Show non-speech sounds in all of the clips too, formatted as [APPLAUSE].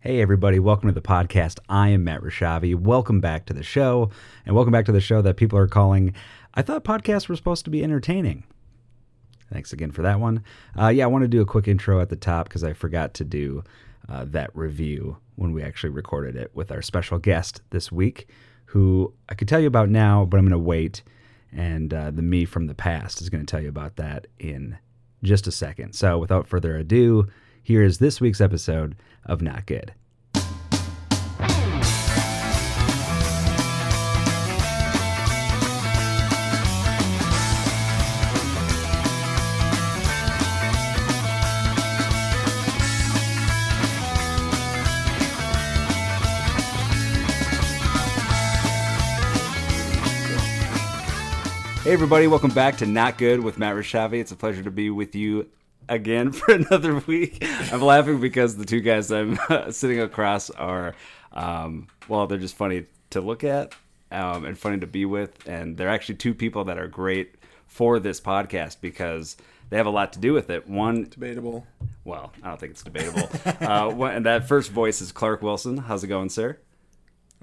Hey, everybody, welcome to the podcast. I am Matt Rashavi. Welcome back to the show, and welcome back to the show that people are calling. I thought podcasts were supposed to be entertaining. Thanks again for that one. Uh, yeah, I want to do a quick intro at the top because I forgot to do uh, that review when we actually recorded it with our special guest this week, who I could tell you about now, but I'm going to wait. And uh, the me from the past is going to tell you about that in just a second. So, without further ado, here is this week's episode of Not Good. Hey, everybody, welcome back to Not Good with Matt Rashavi. It's a pleasure to be with you again [LAUGHS] for another week. I'm laughing because the two guys I'm [LAUGHS] uh, sitting across are, um, well, they're just funny to look at um, and funny to be with. And they're actually two people that are great for this podcast because they have a lot to do with it. One, Debatable. well, I don't think it's debatable. uh, one, and that first voice is Clark Wilson. How's it going, sir?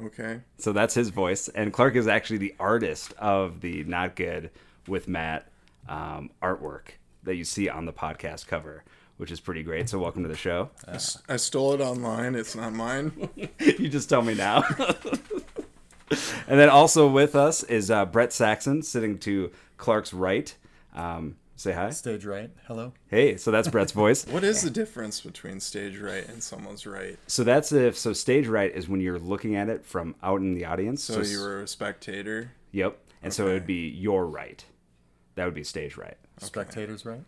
Okay. So that's his voice. And Clark is actually the artist of the Not Good with Matt um, artwork that you see on the podcast cover, which is pretty great. So welcome to the show. [LAUGHS] I s- I stole it online. It's not [LAUGHS] mine. you just tell me now. [LAUGHS] and then also with us is uh, Brett Saxon sitting to Clark's right. Um, say hi. Stage right. Hello. Hey, so that's [LAUGHS] Brett's voice. What is the difference between stage right and someone's right? So that's if so stage right is when you're looking at it from out in the audience. So you were a spectator. Yep. And so it would be your right. That would be stage right. Spectators right.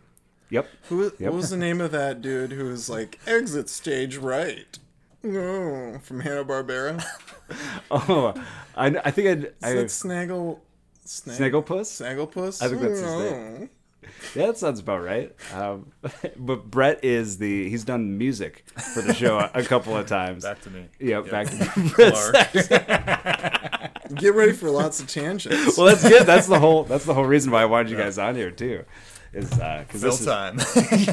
Yep. Who? What was the name of that dude who was like exit stage right? No, Oh, from [LAUGHS] Hanna Barbera. Oh, I, I think I'd, I That Snaggle. Snag, Snagglepuss. Snagglepuss. Oh. I think that's his name. Yeah, that sounds about right. Um, [LAUGHS] but Brett is the he's done music for the show a, a couple of times. Back to me. Yep, back [LAUGHS] to [LAUGHS] Clark. Get ready for lots of tangents. [LAUGHS] Well, that's good. That's the whole that's the whole reason why I wanted you guys on here too, is because Bill this is, [LAUGHS] time.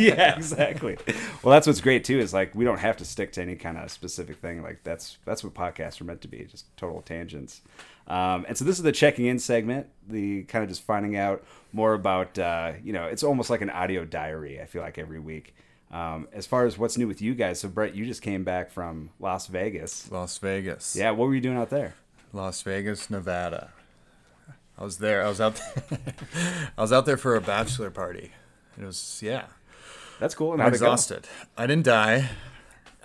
yeah, exactly. Well, that's what's great too is like we don't have to stick to any kind of specific thing. Like that's that's what podcasts are meant to be, just total tangents. Um, and so this is the checking in segment, the kind of just finding out more about uh, you know it's almost like an audio diary. I feel like every week. Um, as far as what's new with you guys, so Brett, you just came back from Las Vegas. Las Vegas. Yeah, what were you doing out there? Las Vegas, Nevada. I was there. I was out. There. [LAUGHS] I was out there for a bachelor party. It was yeah. That's cool. And I'm how'd it go? Oh, exhausted. I didn't die.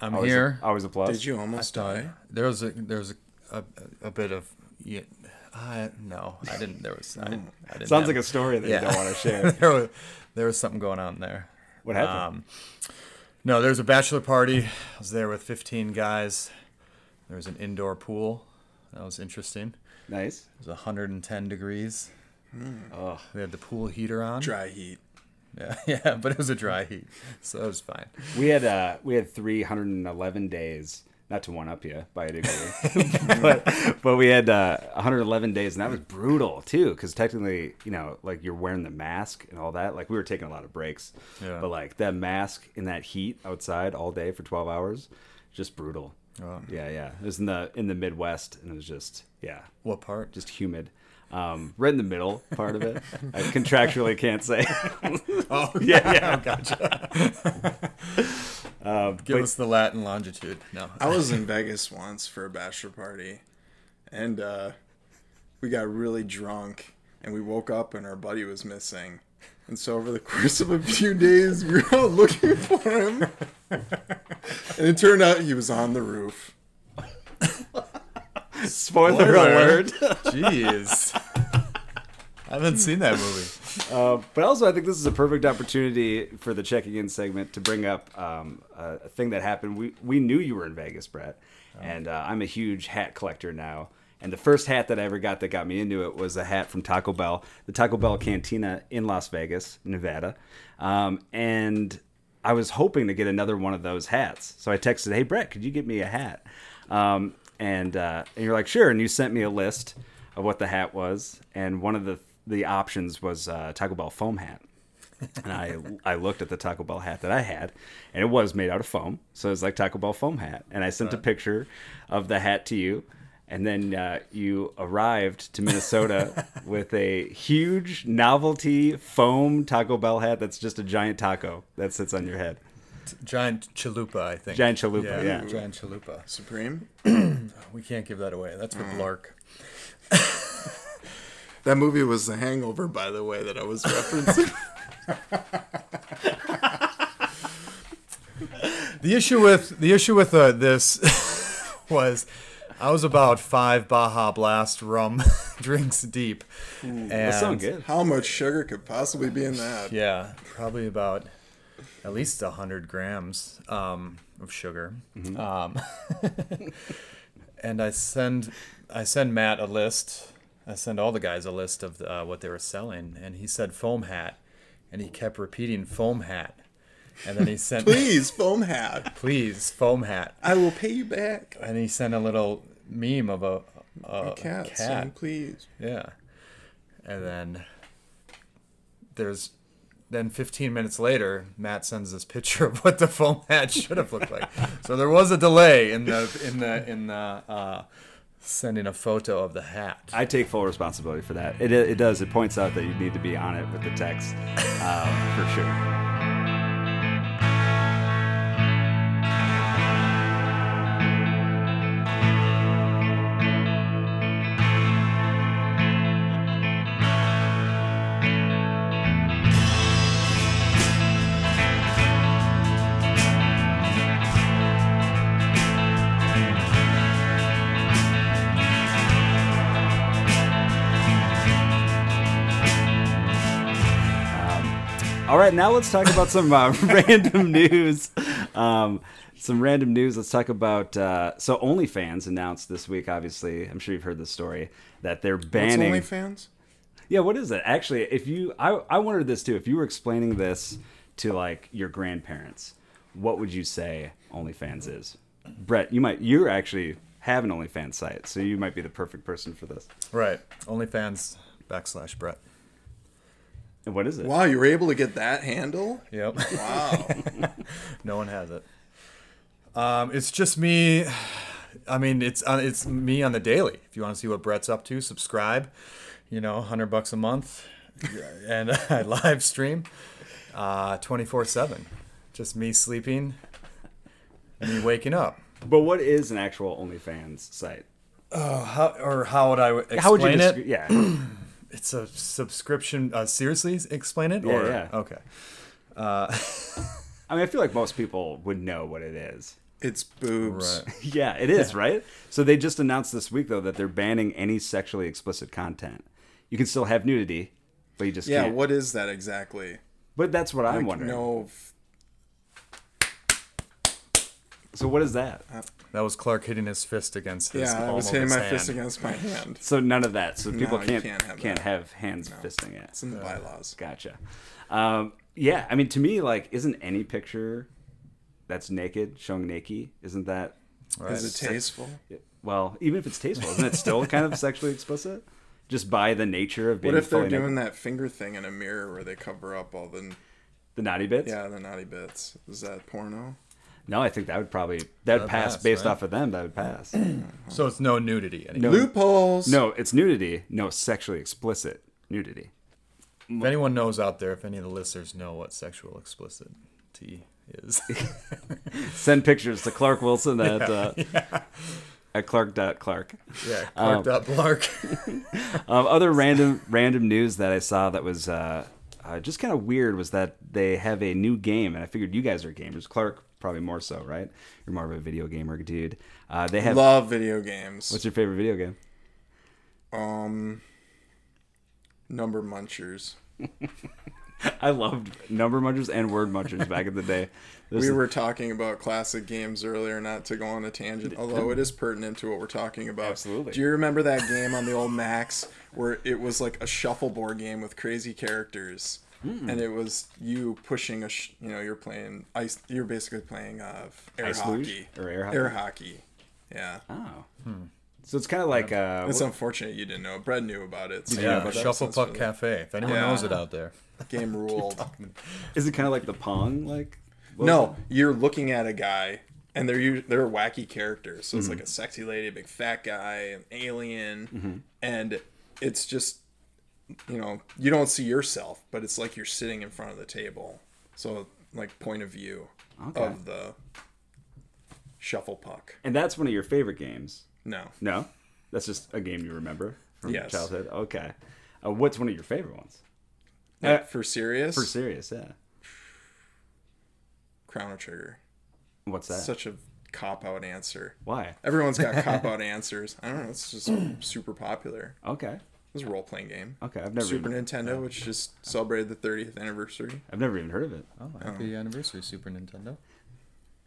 I'm Always, here. A, always a plus. Did you almost die? There was a there was a a, a bit of yeah, uh, no. I didn't. There was. I, didn't- I didn't Sounds have- like a story that yeah. you don't want to share. [LAUGHS] there was there was something going on there. What happened? Um, no, there's a bachelor party. I was there with 15 guys. There was an indoor pool. That was interesting. nice. It was 110 degrees. Oh. They had the pool heater on. Dry heat. Yeah, [LAUGHS] yeah, but it was a dry heat, so it was fine. We had uh, we had 311 days, not to one up you by a degree, but but we had uh, 111 days, and that was brutal too, because technically, you know, like you're wearing the mask and all that. Like we were taking a lot of breaks, Yeah. but like that mask in that heat outside all day for 12 hours, just brutal. Oh. Yeah, yeah. It was in the in the Midwest, and it was just yeah, What part? just humid. Um, right in the middle part of it. I contractually can't say. [LAUGHS] oh, yeah, yeah. [LAUGHS] gotcha. [LAUGHS] Um, Give us the Latin longitude. No, I was in Vegas once for a bachelor party, and uh, we got really drunk, and we woke up, and our buddy was missing. And so over the course of a few days, we were out looking for him, and it turned out he was on the roof. Spoiler, Spoiler. alert. [LAUGHS] jeez, I haven't seen that movie. Uh, but also, I think this is a perfect opportunity for the checking in segment to bring up um, a, a thing that happened. We we knew you were in Vegas, Brett, and uh, I'm a huge hat collector now. And the first hat that I ever got that got me into it was a hat from Taco Bell, the Taco Bell Cantina in Las Vegas, Nevada. Um, and I was hoping to get another one of those hats. So I texted, "Hey Brett, could you get me a hat?" Um, and uh, and you're like, "Sure." And you sent me a list of what the hat was, and one of the the options was uh, Taco Bell foam hat. and I I looked at the Taco Bell hat that I had, and it was made out of foam, so it was like Taco Bell foam hat. And I sent a picture of the hat to you, and then uh, you arrived to Minnesota with a huge novelty foam Taco Bell hat that's just a giant taco that sits on your head. Giant chalupa, I think. Giant chalupa, yeah. Giant chalupa. Supreme. We can't give that away. That's for Mm. Blark. That movie was The Hangover, by the way, that I was referencing. The issue with the issue with uh, this [LAUGHS] was I was about five Baja Blast rum [LAUGHS] drinks deep. and, That's so good. How much sugar could possibly be in that? Yeah, probably about at least hundred grams um, of sugar. Mm-hmm. Um, [LAUGHS] and I send I send Matt a list. I send all the guys a list of uh, what they were selling, and he said foam hat, and he kept repeating foam hat, [LAUGHS] and then he sent Please, foam hat. please foam hat, I will pay you back. and he sent a little meme of a, a Cat, cat. son, please. Yeah. And then there's then 15 minutes later, Matt sends this picture of what the foam hat should have looked like. so there was a delay in the in the in the uh, sending a photo of the hat. I take full responsibility for that. It, it does. It points out that you need to be on it with the text, uh, for sure. All right, now let's talk about some uh, [LAUGHS] random news. Um, some random news. Let's talk about uh, so OnlyFans announced this week. Obviously, I'm sure you've heard this story that they're It's banning. OnlyFans? yeah, what is it? Actually, if you, I, I wondered this too. If you were explaining this to like your grandparents, what would you say OnlyFans is? Brett, you might you actually have an OnlyFans site, so you might be the perfect person for this. Right. OnlyFans backslash Brett. And What is it? Wow, you were able to get that handle? Yep. [LAUGHS] Wow. no one has it. Um, it's just me. I mean, it's on it's me on the daily. If you want to see what Brett's up to, subscribe. You know, hundred bucks a month, and [LAUGHS] I live stream twenty four seven. Just me sleeping, me waking up. But what is an actual OnlyFans site? How, or how would I w- explain How would you? it? descri- yeah. It's a subscription. Uh, seriously, explain it. Yeah, or yeah. okay. I mean, I feel like most people would know what it [LAUGHS] is. it's boobs. Right. Yeah, it is, right? So they just announced this week, though, that they're banning any sexually explicit content. You can still have nudity, but you just Yeah, can't. what is that exactly? but that's what I'm wondering. No. f- So what is that? That was Clark hitting his fist against his. Yeah, I palm was of hitting his my hand. fist against [LAUGHS] my hand. So none of that. So people you can't can't can't have, have that. hands fisting it. It's in the bylaws. [LAUGHS] Gotcha. Um, yeah, I mean, to me, like, isn't any picture that's naked showing naked? Isn't that Is it tasteful? well? Even if it's tasteful, isn't it still kind [LAUGHS] of sexually explicit? Just by the nature of being What if they're fully naked? doing that finger thing in a mirror where they cover up all the the naughty bits? yeah the naughty bits? Is that porno? No, I think that would probably that would pass, pass, based right? off of them. That would pass. So it's no nudity anymore. Loopholes. no, it's nudity. No, sexually explicit nudity. If anyone knows out there, if any of the listeners know what sexual explicitity [LAUGHS] is, Send pictures to Clark Wilson at [LAUGHS] uh, at clark.clark. [LAUGHS] yeah, clark.blark. Um, other random random news that I saw that was uh, uh, just kind of weird was that they have a new game, and I figured you guys are gamers. Clark probably more so, right? You're more of a video gamer dude. Uh, they have. Love video games. What's your favorite video game? Um, number munchers. I loved number munchers and word munchers back in the [LAUGHS] day. This We is- were talking about classic games earlier, not to go on a tangent, although it is pertinent to what we're talking about. Absolutely. Do you remember that game on the old Max where it was like a shuffleboard game with crazy characters? And it was you pushing a, sh- you know, you're playing ice. You're basically playing uh, air Ice hockey luge or air hockey? Air hockey. Yeah. Oh. So it's kind of like uh, It's unfortunate you didn't know. Brad knew about it. So Yeah, but that Shuffle sounds Puck really- Cafe. If anyone Yeah. knows it out there, Game ruled. is it kind of like the pong like? what was No, you're looking at a guy, and they're u- they're wacky characters. So it's Mm-hmm. like a sexy lady, a big fat guy, an alien, Mm-hmm. and it's just you know you don't see yourself, but it's like you're sitting in front of the table. So like point of view Okay. of the shuffle puck. And that's one of your favorite games. No, No, that's just a game you remember from Yes. childhood. Okay, uh, what's one of your favorite ones? Like, for serious, Uh, For serious, yeah. Chrono Trigger. What's that? Such a cop out answer. Why? [LAUGHS] Everyone's got cop out answers. I don't know. It's just super popular. Okay, It's a role playing game. okay. I've never, Super even, Nintendo, which just celebrated the 30th anniversary. I've never even heard of it. oh, Um, happy anniversary, Super Nintendo.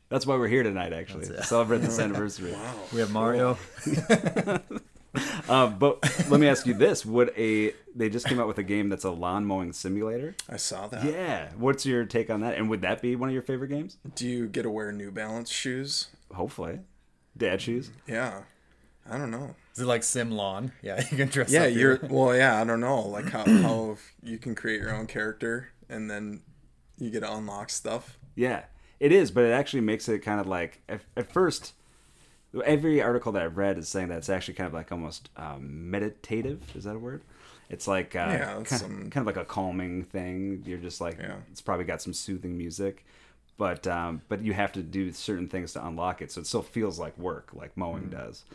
That's why we're here tonight, actually, to celebrate [LAUGHS] this anniversary. We have Mario. Uh, but let me ask you this: Would a they just came out with a game that's a lawn mowing simulator? I saw that. Yeah. What's your take on that? And would that be one of your favorite games? Do you get to wear New Balance shoes? Hopefully, dad shoes. Yeah. I don't know. Is it like Sim Lawn? Yeah, [LAUGHS] you can dress Yeah, up. your- you're [LAUGHS] well, yeah, I don't know. Like how, how if you can create your own character and then you get to unlock stuff. Yeah, it is, but it actually makes it kind of like at, at first. Every article that I've read is saying that it's actually kind of like almost um, meditative. Is that a word? It's like uh, Yeah, kind, that's some- kind of like a calming thing. You're just like Yeah. it's probably got some soothing music, but um, but you have to do certain things to unlock it, so it still feels like work, like mowing Mm-hmm. does.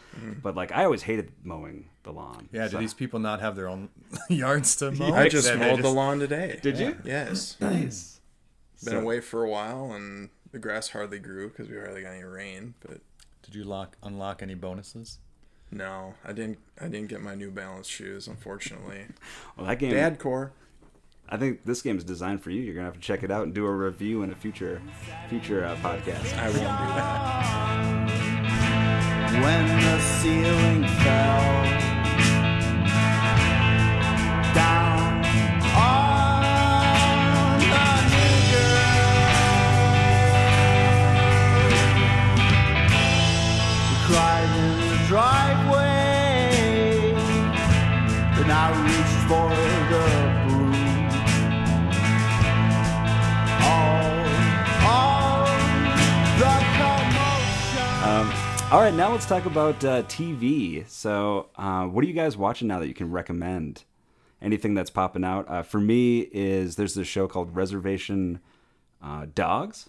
But like I always hated mowing the lawn. yeah, do so- these people not have their own [LAUGHS] yards to mow? I just They mowed the lawn today. Did you? Yes. [CLEARS THROAT] Nice. Been So- away for a while and the grass hardly grew because we hardly got any rain, but Did you lock unlock any bonuses? no, I didn't I didn't get my New Balance shoes, unfortunately. Well, that game. Dad core. I think this game is designed for you. You're gonna have to check it out and do a review in a future future uh, podcast. I won't do that. when the ceiling fell down on the nigger. We cried in the driveway, then I reached for the broom. All, all the commotion. Um, all right, now let's talk about uh, TV. So, uh, what are you guys watching now that you can recommend? Anything that's popping out uh, for me is there's this show called Reservation uh, Dogs.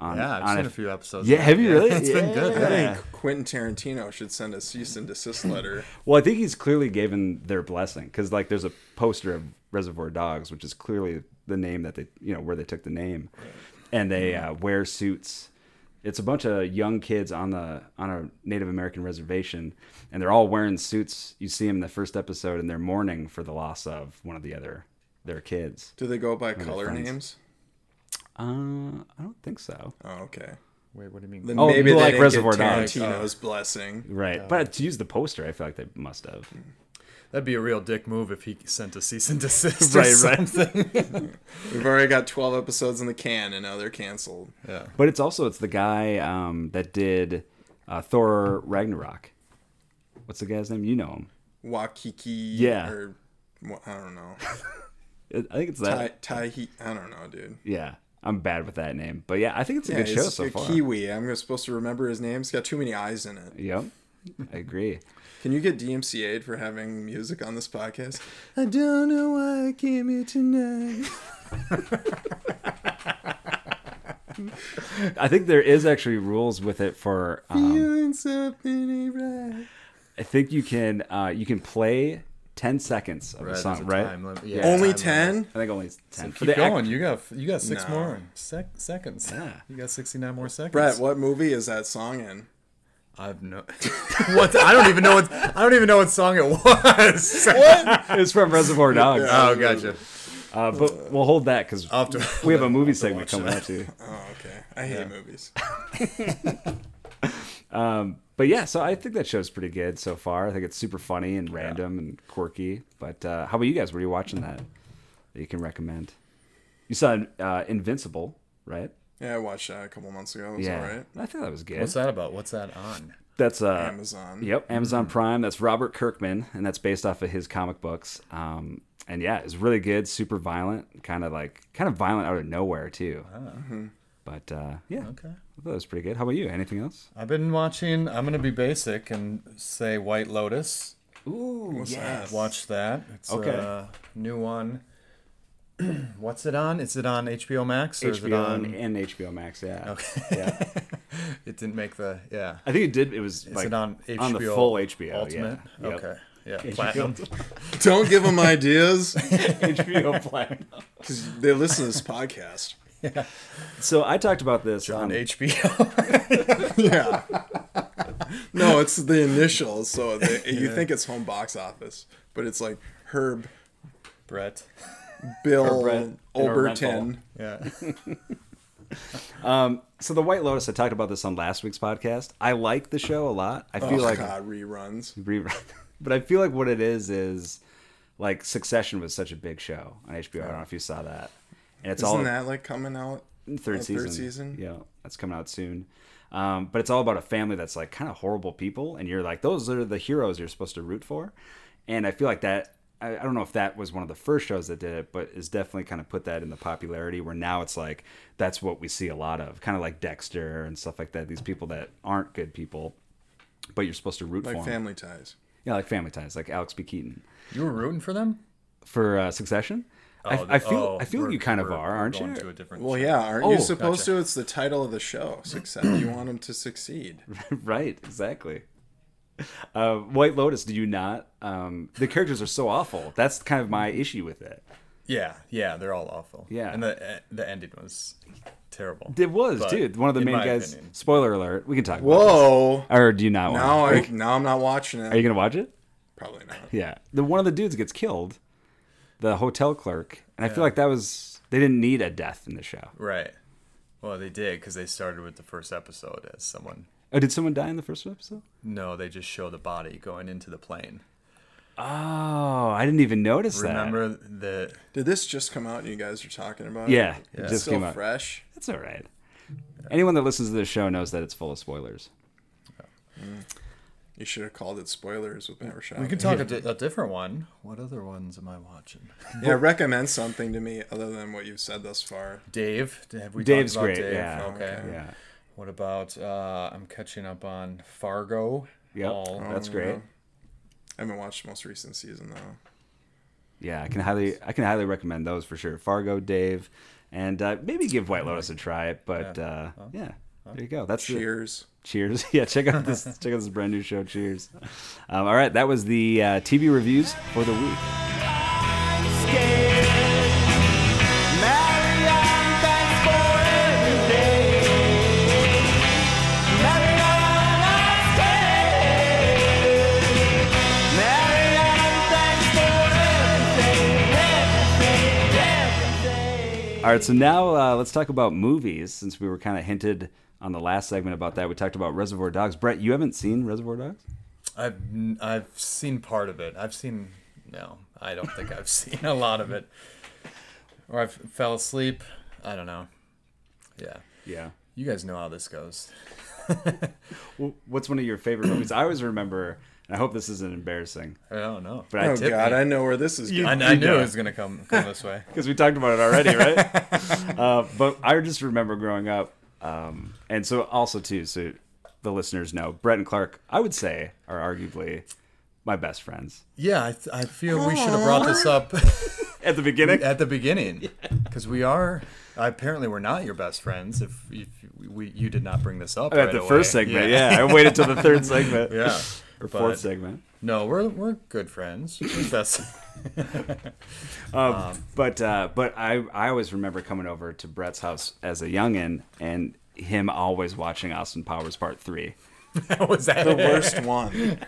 On, Yeah, I've on seen F- a few episodes. Yeah, have you really? It's been good. Yeah. I think Quentin Tarantino should send a cease and desist letter. Well, I think he's clearly given their blessing because like there's a poster of Reservoir Dogs, which is clearly the name that they you know where they took the name, and they uh, wear suits. It's a bunch of young kids on the on a Native American reservation, and they're all wearing suits. You see them in the first episode, and they're mourning for the loss of one of the other their kids. Do they go by color friends. names? Uh, I don't think so. Oh, okay. Wait, what do you mean? Then Oh, maybe like they didn't Reservoir get Dogs. Uh, Tarantino's blessing. Right, but to use the poster, I feel like they must have. That'd be a real dick move if he sent a [LAUGHS] cease and desist Right, or right. something. We've already got 12 episodes in the can, and now they're canceled. Yeah. But it's also it's the guy um, that did uh, Thor Ragnarok. What's the guy's name? You know him. Wakiki. Yeah. Or, wa- I don't know. It- I think it's that. Tai, tai, he, I don't know, dude. Yeah, I'm bad with that name, but yeah, I think it's a Yeah, good show he's so a far. Kiwi. I'm supposed to remember his name. He's got too many eyes in it. Yep, I agree. Can you get DMCA'd for having music on this [LAUGHS] podcast? I don't know why I came here tonight. [LAUGHS] I think there is actually rules with it for. Um, Doing something right. I think you can uh, you can play ten seconds of a Right, there's song, a right? time limit. Yeah. Yeah. Only time limit. 10? I think only ten. For Keep the act- going. You got you got six No. more sec- seconds. Yeah. You got sixty nine more seconds. Brett, what movie is that song in? I've no. [LAUGHS] what? I don't even know what. I don't even know what song it was. [LAUGHS] it's from Reservoir Dogs. Oh, gotcha. Uh, but we'll hold that because I'll have to- [LAUGHS] we have a I'll movie have to segment watch coming that. up too. Oh, okay. I hate movies. But yeah, so I think that show's pretty good so far. I think it's super funny and random and quirky. But uh, how about you guys? What are you watching that that you can recommend? You saw uh, Invincible, right? Yeah, I watched that a couple months ago. It was all right. I think that was good. What's that about? What's that on? That's uh, Amazon. Yep, Amazon Prime. That's Robert Kirkman, and that's based off of his comic books. Um, and yeah, it's really good, super violent, kind of like kind of violent out of nowhere too. But uh, yeah, Ah, okay. I thought that was pretty good. How about you? Anything else? I've been watching. I'm gonna be basic and say White Lotus. Ooh, What's that? Watch that. It's Okay. a new one. [CLEARS THROAT] What's it on? Is it on HBO Max or is it HBO and, on? and HBO Max. Yeah, yeah. It didn't make the yeah. I think it did. It was [LAUGHS] Is like it on HBO? the full HBO. Ultimate. Yeah. Yep. [LAUGHS] Okay. Yeah. Platinum. Don't give them ideas [LAUGHS] HBO Platinum. because they listen to [LAUGHS] this podcast. So I talked about this [LAUGHS] um, On on HBO. Yeah. No, it's the initials, so they, you think it's home box office, but it's like Herb [LAUGHS] Brett. Bill Brett and Oberton. [LAUGHS] Yeah. so the White Lotus. I talked about this on last week's podcast. I like the show a lot. I Oh feel like God, reruns. rerun. [LAUGHS] but I feel like what it is is like Succession was such a big show on HBO. I don't know if you saw that. And it's all Isn't that like coming out? third uh, season. Third season. Yeah, that's coming out soon. Um, but it's all about a family that's like kind of horrible people, and you're like, those are the heroes you're supposed to root for. And I feel like that. I, I don't know if that was one of the first shows that did it, but is definitely kind of put that in the popularity where now it's like that's what we see a lot of, kind of like Dexter and stuff like that. These people that aren't good people, but you're supposed to root for Like 'em. Family Ties. Yeah, like Family Ties, like Alex B. Keaton You were rooting for them. for uh, Succession. Oh, I, I feel oh, I feel we're- you kind of we're- are, we're aren't going you? To a different Well, show. yeah. Aren't Oh, you supposed gotcha. to? It's the title of the show. Success. you want them to succeed. [CLEARS THROAT] [LAUGHS] right, exactly. Uh, White Lotus, do you not? Um, the characters are so awful. That's kind of my issue with it. Yeah, yeah, they're all awful. Yeah. and the eh, the ending was terrible. It was, But, dude. One of the in main my guys. opinion- Spoiler alert. We can talk. About Whoa. this. Or do you not? Now want I now I'm not watching it. Are you gonna watch it? Probably not. Yeah. The one of the dudes gets killed. The hotel clerk, and I feel like that was they didn't need a death in the show. right? Well, they did because they started with the first episode as someone. Oh, did someone die in the first episode? No, they just show the body going into the plane. Oh, I didn't even notice that. Remember the Did this just come out and you guys are talking about Yeah, it? it It's just still came out. fresh. That's all right. Anyone that listens to this show knows that it's full of spoilers. You should have called it spoilers with Never Shot. we can [LAUGHS] talk a di- a different one. What other ones am I watching? Yeah, recommend something to me other than what you've said thus far. Dave, have we Dave's talked about great, Dave? yeah. Okay. Yeah. What about uh, I'm catching up on Fargo? Yep. Oh, All- That's great. I haven't watched the most recent season though. Yeah, I can highly I can highly recommend those for sure. Fargo, Dave, and uh, maybe give White Lotus a try. But yeah, uh, yeah there you go. That's the- Cheers. cheers. [LAUGHS] Yeah, check out this check out this brand new show. Cheers. Um, all right, that was the uh, TV reviews for the week. All right, so now uh, let's talk about movies since we were kind of hinted on the last segment about that. We talked about Reservoir Dogs. Brett, you haven't seen Reservoir Dogs? I've n- I've seen part of it. I've seen no, I don't think I've [LAUGHS] seen a lot of it. Or I fell asleep. I don't know. Yeah, Yeah. you guys know how this goes. What's one of your favorite movies? I always remember, and I hope this isn't embarrassing, I don't know. but I Oh did god, I know where this is I, going. I knew it was gonna come come this way. because we talked about it already, right? uh, but I just remember growing up, um, and so also too, so the listeners know, Brett and Clark, I would say, are arguably my best friends [LAUGHS] Yeah, I, th- I feel we should have brought this up [LAUGHS] at the beginning. at the beginning because we are. Apparently, we're not your best friends. If, if we, you did not bring this up At right the away. first segment, yeah. I waited till the third segment yeah. [LAUGHS] or but- fourth segment. No, we're we're good [LAUGHS] friends. That's um, But uh, but I I always remember coming over to Brett's house as a youngin and him always watching Austin Powers Part Three. was that the worst one.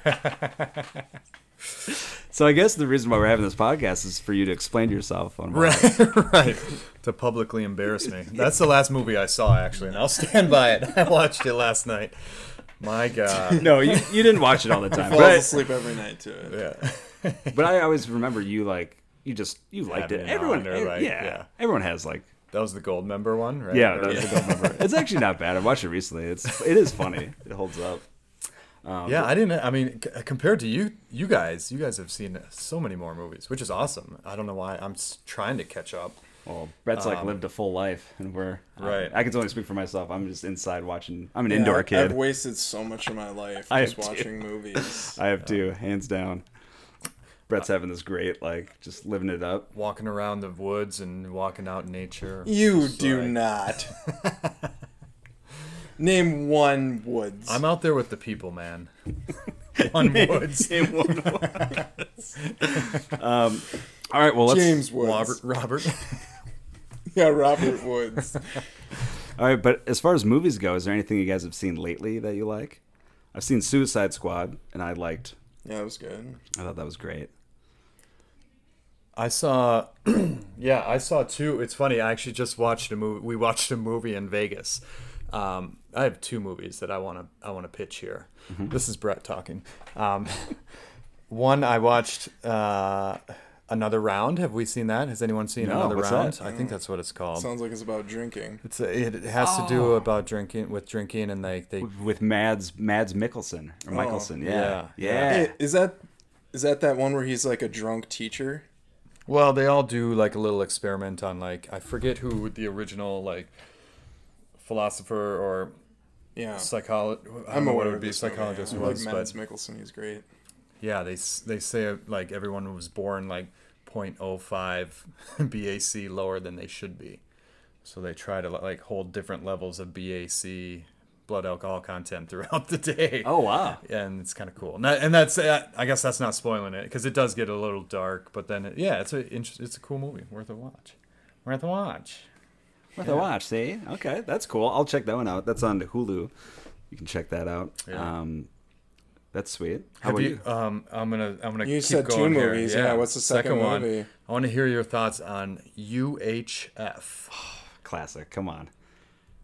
So I guess the reason why we're having this podcast is for you to explain yourself on why. right, right. [LAUGHS] To publicly embarrass me. That's the last movie I saw, actually, and I'll stand by it. [LAUGHS] I watched it last night. My God. No, you, you didn't watch [LAUGHS] it all the time. Falls but, asleep every night to it. Yeah. but I always remember you like you just you liked Having it. it Everyone on or, ev- like, yeah, yeah. Everyone has like That was the gold member one, right? Yeah, [LAUGHS] Or- that's the gold member. It's actually not bad. I watched it recently. It's it is funny. It holds up. yeah, I didn't. I mean, c- compared to you, you guys, you guys have seen so many more movies, which is awesome. I don't know why I'm s- trying to catch up. Well, Brett's like lived a full life, and we're Um, Right. I, can only speak for myself. I'm just inside watching. I'm an indoor I've- kid. I've wasted so much of my life I just have too. watching movies. I have two, hands down. Brett's having this great, like, just living it up. Walking around the woods and walking out in nature. You Just do like- not. Name one woods. I'm out there with the people, man. [LAUGHS] On woods. Um, All right, well, let's. James Woods. Robert. Robert. [LAUGHS] Yeah, Robert Woods. All right, but as far as movies go, is there anything you guys have seen lately that you like? I've seen Suicide Squad, and I liked. yeah, that was good. I thought that was great. I saw, [CLEARS THROAT] yeah, I saw two. It's funny. I actually just watched a movie. We watched a movie in Vegas. Um, I have two movies that I want to I want to pitch here. Mm-hmm. This is Brett talking. Um, [LAUGHS] one I watched uh, another round. Have we seen that? Has anyone seen No, another what's round? that? I think that's what it's called. Sounds like it's about drinking. it's a, it it has to do about drinking with drinking and like they With Mads Mads Mikkelsen or Oh, Mickelson, yeah, yeah, yeah. Hey, is that is that that one where he's like a drunk teacher? Well, they all do like a little experiment on like I forget who the original like philosopher or Yeah. psychologist. I I'm don't know aware what it of would be this movie, psychologist yeah. I was, like Mads but Mikkelsen. He's great. yeah, they s- they say uh, like everyone was born like [LAUGHS] 0.05 BAC lower than they should be, so they try to like hold different levels of BAC blood alcohol content throughout the day. Oh wow, And it's kind of cool, and, that- and that's uh, I guess that's not spoiling it because it does get a little dark. But then, it, yeah, it's a inter- it's a cool movie, worth a watch, worth a watch. worth a watch. See, okay, that's cool. I'll check that one out. That's on Hulu. You can check that out. Um, that's sweet. How Have about you, you? Um, I'm gonna. I'm gonna. You keep said two going here. movies, yeah, what's the second movie? One. I want to hear your thoughts on UHF. Classic. Come on.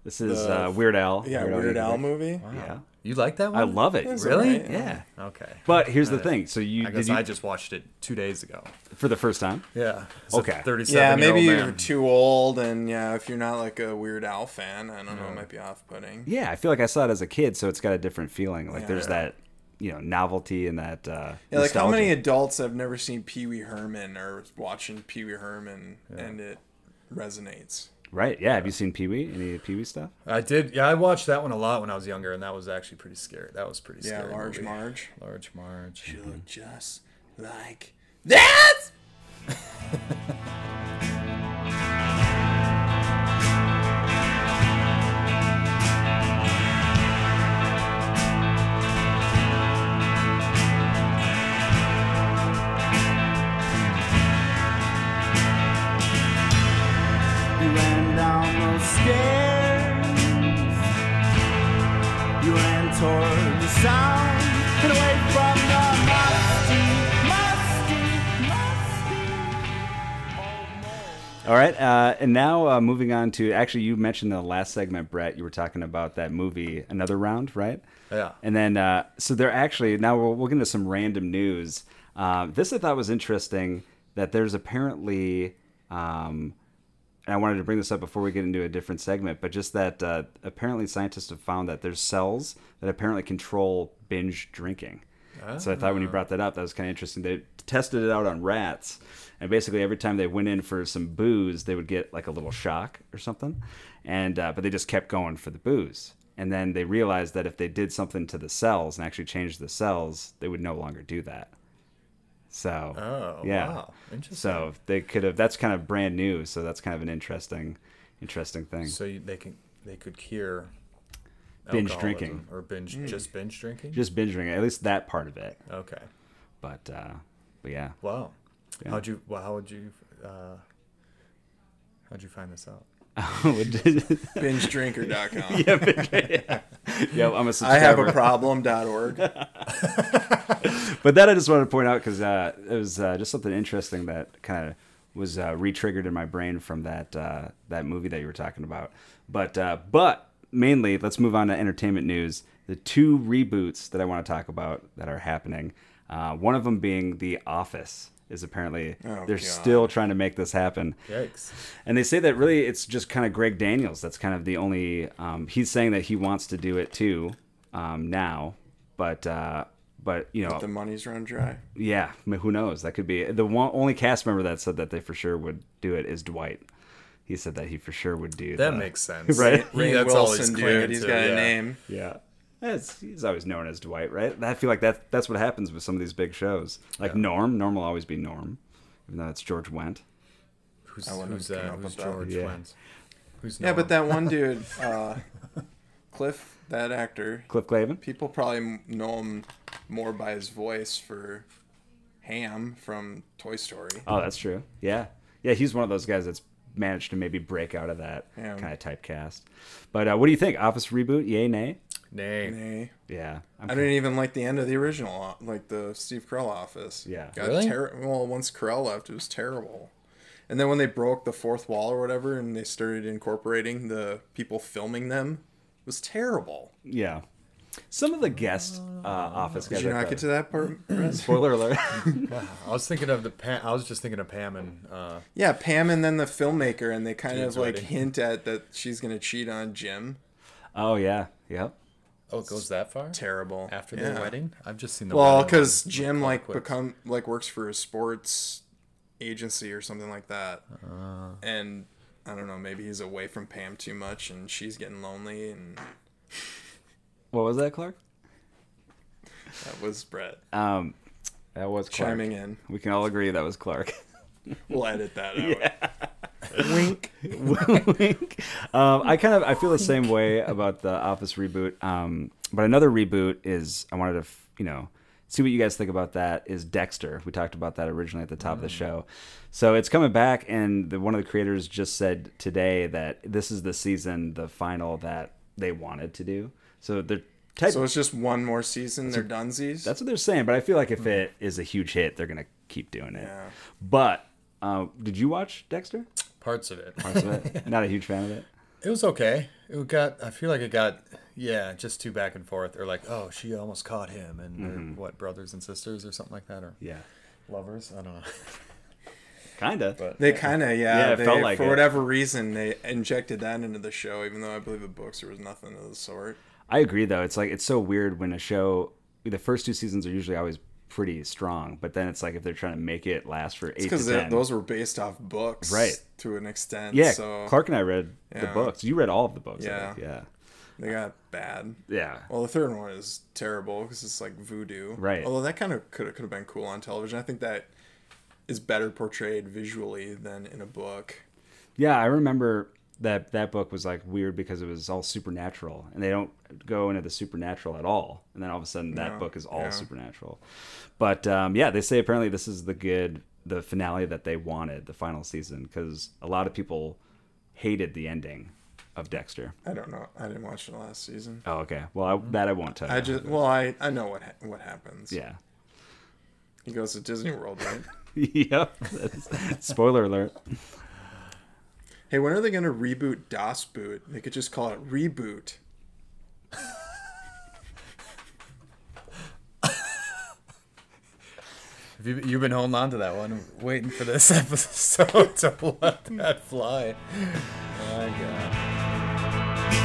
This is The- uh, Weird Al. Yeah, Weird, Al movie. Yeah, You like that one? I love it. It's Really? alright, Yeah. Okay. But uh, here's the thing. So you I did guess you I just watched it two days ago. for the first time? Yeah. Okay. Yeah, Thirty-seven. maybe year old you're man. too old, and yeah, if you're not like a Weird Al fan, I don't know, it might be off-putting. Yeah, I feel like I saw it as a kid, so it's got a different feeling. Like there's Yeah. that, you know, novelty and that. Uh, Yeah, like how many nostalgia. adults have never seen Pee Wee Herman or watching Pee Wee Herman, and it resonates. Right? Yeah. Have you seen Pee Wee? Any Pee Wee stuff? I did. Yeah, I watched that one a lot when I was younger, and that was actually pretty scary. That was pretty Yeah, scary. Large movie. Marge. Large Marge. You look just like that. You ran down those stairs. You ran toward the sound and away from the musty, musty, musty old mole. All right. Uh, and now uh, moving on to actually, you mentioned in the last segment, Brett. You were talking about that movie, Another Round, right? Yeah. And then, uh, so they're actually now we'll, we'll get into some random news. Um, this I thought was interesting that there's apparently, um, and I wanted to bring this up before we get into a different segment, but just that uh, apparently scientists have found that there's cells that apparently control binge drinking. So I thought when you brought that up, that was kind of interesting. They tested it out on rats, and basically every time they went in for some booze, they would get like a little shock or something, and uh, but they just kept going for the booze. And then they realized that if they did something to the cells and actually changed the cells, they would no longer do that. So Oh, yeah, wow. Interesting. So they could have. That's kind of brand new. So that's kind of an interesting, interesting thing. So you, they can they could cure Binge alcoholism drinking. or binge Mm. just binge drinking. just binge drinking, at least that part of it. okay. But uh, but [LAUGHS] yeah, [LAUGHS] Wow. How'd you? Well, how would you? Uh, how'd you find this out? BingeDrinker.com. [LAUGHS] yeah, I'm a subscriber. I have a problem.org. But that I just wanted to point out because uh, it was uh, just something interesting that kind of was uh, re-triggered in my brain from that uh, that movie that you were talking about. But uh, but mainly, let's move on to entertainment news. The two reboots that I want to talk about that are happening. Uh, one of them being The Office is apparently they're God. still trying to make this happen. Yikes! And they say that really it's just kind of Greg Daniels. That's kind of the only. Um, he's saying that he wants to do it too um, now, But uh, but you know, The money's run dry. yeah, I mean, who knows? That could be the one only cast member that said that they for sure would do it is Dwight. He said that he for sure would do That the- makes sense, Uh, [LAUGHS] Right. He- Rainn that's all he's Wilson, clinging dude, he's to, got yeah. a name. Yeah. That's, he's always known as Dwight, right? I feel like that that's what happens with some of these big shows. Like Norm, Norm will always be Norm, even though that's George Wendt. Who's, wouldn't who's, have come uh, up who's with that. George Yeah. Wendt? Who's Yeah, Noah? but that one dude, uh, Cliff, that actor, Cliff Clavin? people probably m- know him more by his voice for Ham from Toy Story. Oh, that's true. Yeah. Yeah, he's one of those guys that's managed to maybe break out of that Yeah. kind of typecast. But uh, what do you think? Office reboot? Yay, nay? Nay. Nay. Yeah. I'm I didn't even like the end of the original, o- like the Steve Carell office. Yeah. Got Really? terri- well, once Carell left, it was terrible. And then when they broke the fourth wall or whatever, and they started incorporating the people filming them, it was terrible. yeah. Some of the guest uh, office guys. Did you I not thought- get to that part? Perez? Spoiler alert. I was thinking of the Pam. I was just thinking of Pam and uh, yeah, Pam and then the filmmaker, and they kind Dude's of like writing. hint at that she's gonna cheat on Jim. oh, yeah. Yep. oh, it goes that far Terrible. after yeah. their wedding. I've just seen the Well, wedding because one. Jim like Clockworks. become like works for a sports agency or something like that, and I don't know. Maybe he's away from Pam too much, and she's getting lonely, and What was that, Clark? that was Brett Um, that was Clark. chiming in. We can all agree that was [LAUGHS] Clark. We'll [LAUGHS] edit that out. wink, wink. Um, I kind of I feel the same way about the Office reboot. Um, but another reboot is I wanted to f- you know see what you guys think about that. Is Dexter? We talked about that originally at the top of the show. So it's coming back, and the, one of the creators just said today that this is the season, the final that they wanted to do. So they're type- So it's just one more season. They're dunsies. that's what they're saying. But I feel like if it is a huge hit, they're gonna keep doing it. Mm-hmm. Yeah. But uh, did you watch Dexter? parts of it. Parts of [LAUGHS] it? Not a huge fan of it. It was okay. It got. I feel like it got. Yeah, just too back and forth. Or like, oh, she almost caught him, and they're, what brothers and sisters or something like that, or Mm-hmm. Yeah. lovers. I don't know. Kinda. They kind of yeah. Yeah, it they, felt like for it. whatever reason they injected that into the show, even though I believe the books there was nothing of the sort. I agree though. It's like it's so weird when a show the first two seasons are usually always pretty strong, but then it's like if they're trying to make it last for eight Because to ten. those were based off books, Right. To an extent, yeah, So Clark and I read the Yeah. books. You read all of the books. Yeah, Yeah. yeah, they got bad. yeah. Well, the third one is terrible because it's like voodoo. Right. Although that kind of could could have been cool on television. I think that is better portrayed visually than in a book. Yeah, I remember that that book was like weird because it was all supernatural, and they don't go into the supernatural at all. And then all of a sudden, that No, book is all yeah. supernatural. But um, yeah, they say apparently this is the good, the finale that they wanted, the final season, because a lot of people hated the ending of Dexter. I don't know. I didn't watch the last season. Oh, okay. Well, I, that I won't tell. I you. just well, I I know what ha- what happens. yeah. [LAUGHS] He goes to Disney World, right? [LAUGHS] yep. That's- Spoiler alert. hey, when are they gonna reboot Das Boot? They could just call it reboot. Have you, you've been holding on to that one, waiting for this [LAUGHS] episode to let that fly. My God.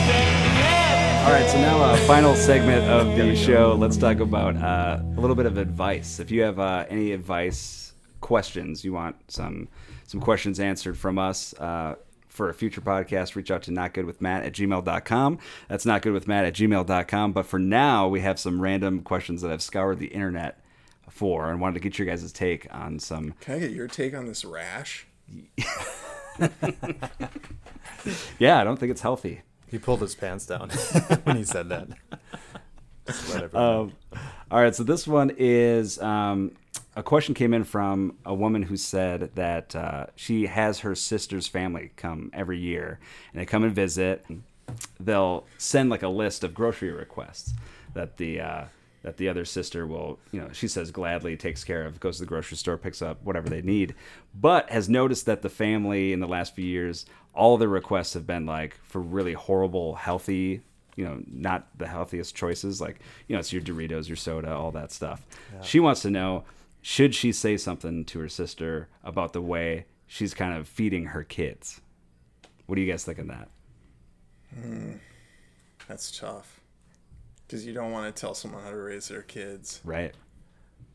All right, so now uh, final segment of the show. Let's talk about uh, a little bit of advice. If you have uh, any advice, questions, you want some some questions answered from us uh, for a future podcast, reach out to notgoodwithmatt at gmail.com. That's notgoodwithmatt at gmail.com. But for now, we have some random questions that I've scoured the internet for and wanted to get your guys' take on some. Can I get your take on this rash? Yeah, I don't think it's healthy. He pulled his pants down [LAUGHS] when he said that. Whatever. Um, all right, so this one is um, a question came in from a woman who said that uh, she has her sister's family come every year, and they come and visit. They'll send like a list of grocery requests. that the uh, that the other sister will, you know, she says gladly takes care of, goes to the grocery store, picks up whatever they need, but has noticed that the family in the last few years, all their requests have been like for really horrible, healthy, you know, not the healthiest choices. Like, you know, it's your Doritos, your soda, all that stuff. She wants to know should she say something to her sister about the way she's kind of feeding her kids? What do you guys think of that? That's tough. Because you don't want to tell someone how to raise their kids, Right?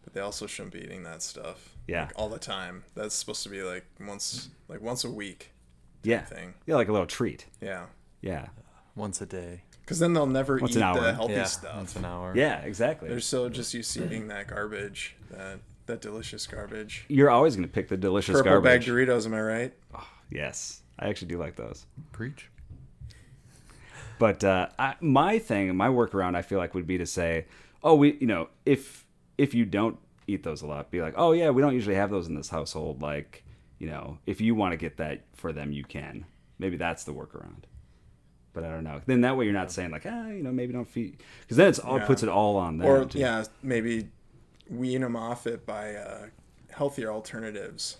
but they also shouldn't be eating that stuff. Yeah. Like, all the time. That's supposed to be like once, like once a week. Yeah. thing. Yeah, like a little treat. Yeah. Yeah. Once a day. Because then they'll never Once eat an the hour. healthy yeah, once stuff. an hour. Yeah, exactly. They're so just used to eating that garbage, that that delicious garbage. You're always going to pick the delicious Purple bag garbage. Doritos. Am I right? yes. I actually do like those. Preach. But uh, I, my thing, my workaround, I feel like would be to say, oh, we, you know, if if you don't eat those a lot, be like, oh yeah, we don't usually have those in this household. Like, you know, if you want to get that for them, you can. Maybe that's the workaround. But I don't know. Then that way you're not saying like, ah, you know, maybe don't feed, because then it's all Yeah. puts it all on them. Or too. yeah, maybe wean them off it by uh, healthier alternatives.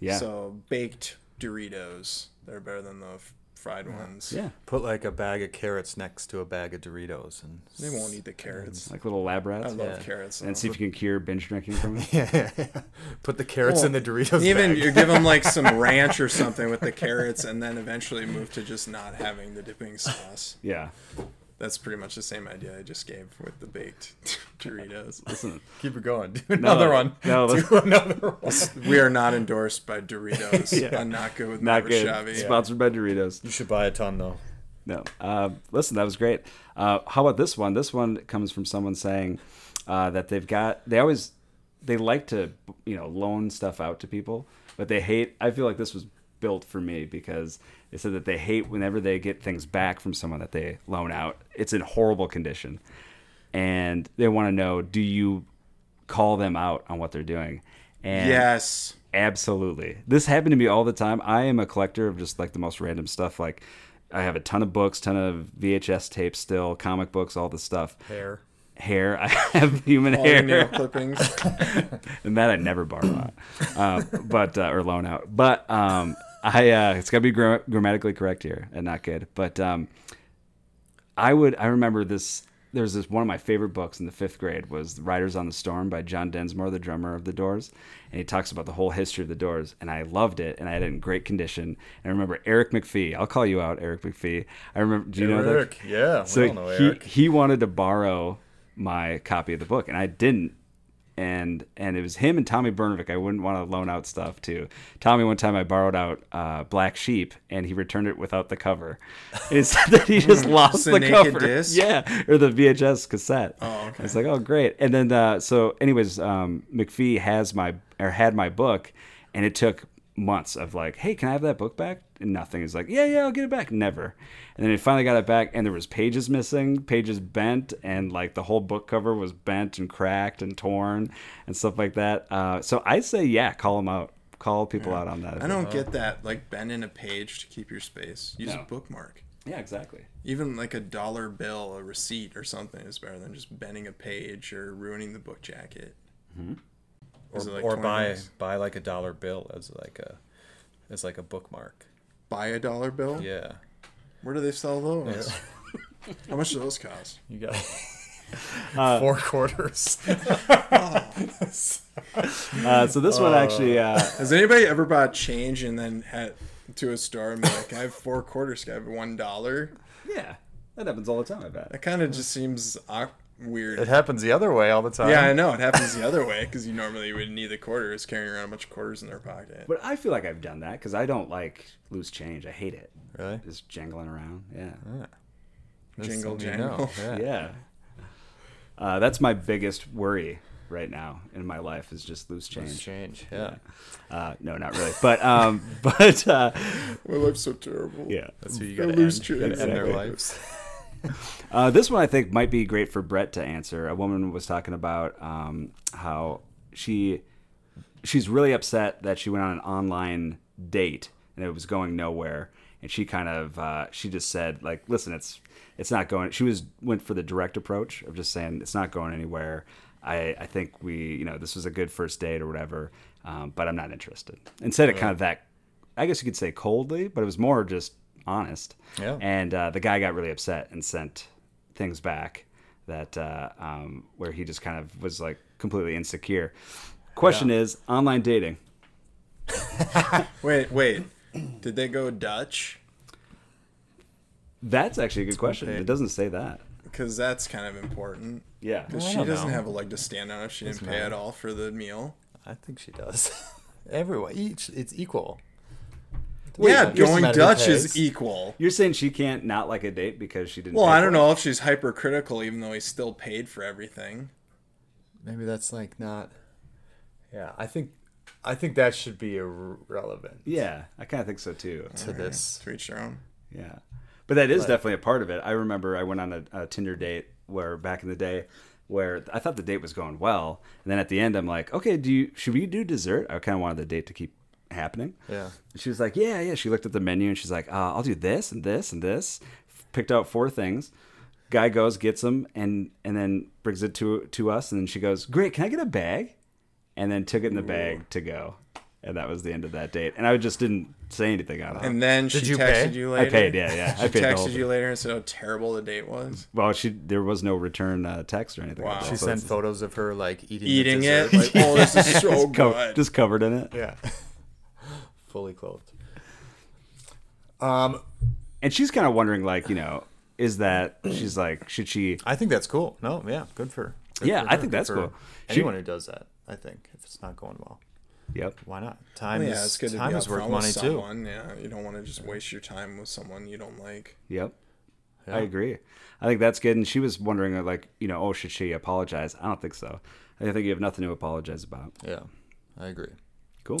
yeah, So baked Doritos, they're better than the f- fried ones. yeah, Put like a bag of carrots next to a bag of Doritos, and They won't eat the carrots. like little lab I rats, love yeah. carrots. and though. see if you can cure binge drinking from [LAUGHS] it. [LAUGHS] put the carrots in the Doritos. Even bag. you give them like some [LAUGHS] ranch or something with the carrots, and then eventually move to just not having the dipping sauce. yeah. That's pretty much the same idea I just gave with the baked [LAUGHS] Doritos. Keep it going. [LAUGHS] Do another one. No, let's- [LAUGHS] Do another one. We are not endorsed [LAUGHS] by Doritos. I'm not good with not Never good. Shabby. Sponsored by Doritos. [LAUGHS] You should buy a ton though. No. Uh, listen, that was great. Uh, how about this one? This one comes from someone saying uh, that they've got they always they like to you know loan stuff out to people, but they hate. I feel like this was built for me because they said that they hate whenever they get things back from someone that they loan out. It's in horrible condition, and they want to know: Do you call them out on what they're doing? And Yes. Absolutely. This happened to me all the time. I am a collector of just like the most random stuff. Like I have a ton of books, ton of VHS tapes still, comic books, all this stuff. Hair. Hair. [LAUGHS] I have human All your hair. nail clippings. and that I never borrow out, uh, but uh, or loan out. But um, I uh, it's gotta be gra- grammatically correct here and not good. But um, I would I remember this. There was this one of my favorite books in the fifth grade was Riders on the Storm by John Densmore, the drummer of the Doors, and he talks about the whole history of the Doors, and I loved it, and I had it in great condition. And I remember Eric McPhee. I'll call you out, Eric McPhee. I remember. Do you know that? Eric. Yeah. we all know so he, Eric. he wanted to borrow my copy of the book and i didn't and and it was him and tommy bernovic i wouldn't want to loan out stuff to tommy one time i borrowed out uh, black sheep and he returned it without the cover and it said that [LAUGHS] he just Hmm. lost a the naked cover [LAUGHS] disc? yeah or the vhs cassette oh, it's like oh great and then uh, so anyways um, mcphee has my or had my book and it took months of like, hey, can I have that book back? And nothing. He's like, yeah, yeah, I'll get it back. Never. And then he finally got it back, and there was pages missing, pages bent, and like the whole book cover was bent and cracked and torn and stuff like that. Uh, so I say, yeah, call them out, call people out on that. I don't get that. Like bending a page to keep your space. Use Uh-huh. No. a bookmark. Yeah, exactly. Even like a dollar bill, a receipt or something is better than just bending a page or ruining the book jacket. or, Is it like or 20 buy bucks? buy like a dollar bill as like a as like a bookmark. Buy a dollar bill? Yeah. Where do they sell those? [LAUGHS] How much do those cost? You got [LAUGHS] Uh, four quarters. Uh, so this one actually, uh, Has anybody ever bought change and then had to a store and be like, I have four quarters, can I have one dollar? yeah, that happens all the time. I bet. That kind of just seems awk- weird. It happens the other way all the time. yeah, I know. It happens the other way because you normally would need the quarters carrying around a bunch of quarters in their pocket. But I feel like I've done that because I don't like loose change. I hate it. Really? Just jangling around. Yeah. That's Jingle something you jangle. [LAUGHS] know, Yeah. yeah. Uh, that's my biggest worry right now in my life is just loose change. It's Change. Yeah. Uh, no, not really, but um, [LAUGHS] but uh, My life's so terrible. yeah. That's who you They'll got to lose end, change. gotta end their Exactly. lives. Uh, this one I think might be great for Brett to answer. A woman was talking about um, how she she's really upset that she went on an online date and it was going nowhere, and she kind of uh, she just said like, listen, it's it's not going. She was went for the direct approach of just saying it's not going anywhere. I, I think we, you know, this was a good first date or whatever, um, but I'm not interested. Instead, of kind of that, I guess you could say coldly, but it was more just honest. Yeah. And uh, the guy got really upset and sent things back that uh, um, where he just kind of was like completely insecure. Question is online dating. Wait, wait. Did they go Dutch? That's actually a good question. It doesn't say that. Because that's kind of important. Yeah. 'Cause I she don't doesn't know. have a leg to stand on if she didn't pay at all for the meal. I think she does. [LAUGHS] Everyone, each it's equal. yeah, it doesn't going matter who Dutch is e- pays. equal. You're saying she can't not like a date because she didn't. Well, pay I for don't it? know if she's hypercritical, even though he still paid for everything. Maybe that's like not. Yeah, I think, I think that should be irrelevant Yeah, I kind of think so too. to this. To each their own. Yeah. But that is definitely a part of it. I remember I went on a, a Tinder date where back in the day where I thought the date was going well. And then at the end, I'm like, okay, do you, should we do dessert? I kind of wanted the date to keep happening. Yeah. And she was like, yeah, yeah. She looked at the menu and she's like, uh, I'll do this and this and this. Picked out four things. Guy goes, gets them, and and then brings it to to us. And then she goes, great, can I get a bag? And then took it in the bag to go. And that was the end of that date. And I just didn't say anything on it. And then she you texted pay? you I later. paid, yeah, yeah. I She paid the whole texted thing. you later and said how terrible the date was. Well, she there was no return uh, text or anything. Wow. Like that. She so sent it's photos of her like eating the Eating it. dessert, Like, oh, this is so just, co- good. just covered in it, [LAUGHS] yeah, fully clothed. Um, and she's kind of wondering, like, you know, is that she's like, should she? I think that's cool. No, yeah, good for. good Yeah, for I her, think good that's for cool. She- Anyone who does that, I think, if it's not going well, Yep. why not? Time Oh, yeah, is it's good to time be is upfront worth with money too. someone. Yeah, you don't want to just waste your time with someone you don't like. Yep. I agree. I think that's good. And she was wondering, like, you know, oh, should she apologize? I don't think so. I think you have nothing to apologize about. Yeah, I agree. Cool.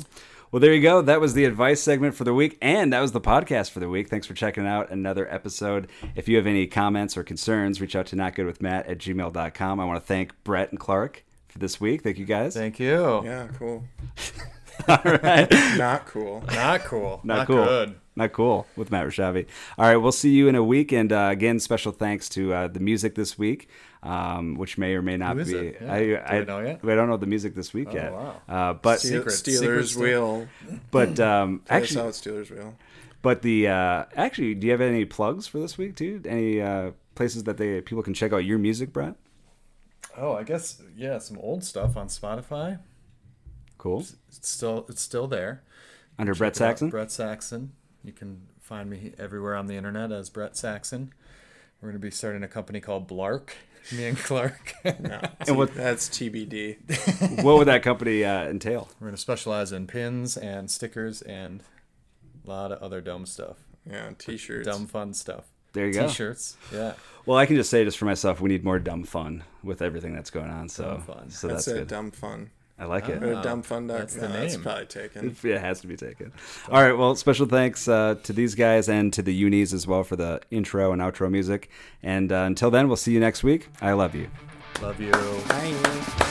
Well, there you go. That was the advice segment for the week, and that was the podcast for the week. Thanks for checking out another episode. If you have any comments or concerns, reach out to notgoodwithmatt at gmail.com. I want to thank Brett and Clark for this week. Thank you guys. Thank you. Yeah, cool. [LAUGHS] All right. Not cool. Not cool. Not, cool. Not cool with Matt Rashavi. All right, we'll see you in a week. And uh, again, special thanks to uh, the music this week, um, which may or may not is be. it? Yeah. I, Do we I know yet? Oh, I don't know the music this week yet. wow. Uh, but Steel- Secret- Steelers secret wheel. [CLEARS THROAT] but um, Actually, actually, that's how it's Steelers wheel. But the uh, actually, do you have any plugs for this week too? Any uh, places that they people can check out your music, Brett? Oh, I guess yeah, some old stuff on Spotify. Cool. It's still it's still there. Under Brett Check it out, Saxon. Brett Saxon. You can find me everywhere on the internet as Brett Saxon. We're gonna be starting a company called Blark. [LAUGHS] Me and Clark. We're And what That's TBD. what would that company uh, [LAUGHS] entail? gonna specialize in pins and stickers and a lot of other dumb stuff. Yeah, t-shirts. Dumb fun stuff. There you go. T-shirts. Yeah. Well, I can just say just for myself, we need more dumb fun with everything that's going on. So, Dumb fun. so Oh, That's, that's, a good. dumb fun. I like it. Go to dumbfun.com. Oh, that's the That's name. probably taken. [LAUGHS] It has to be taken. All right. Well, special thanks uh, to these guys and to the unis as well for the intro and outro music. And uh, until then, we'll see you next week. I love you. Love you. Bye.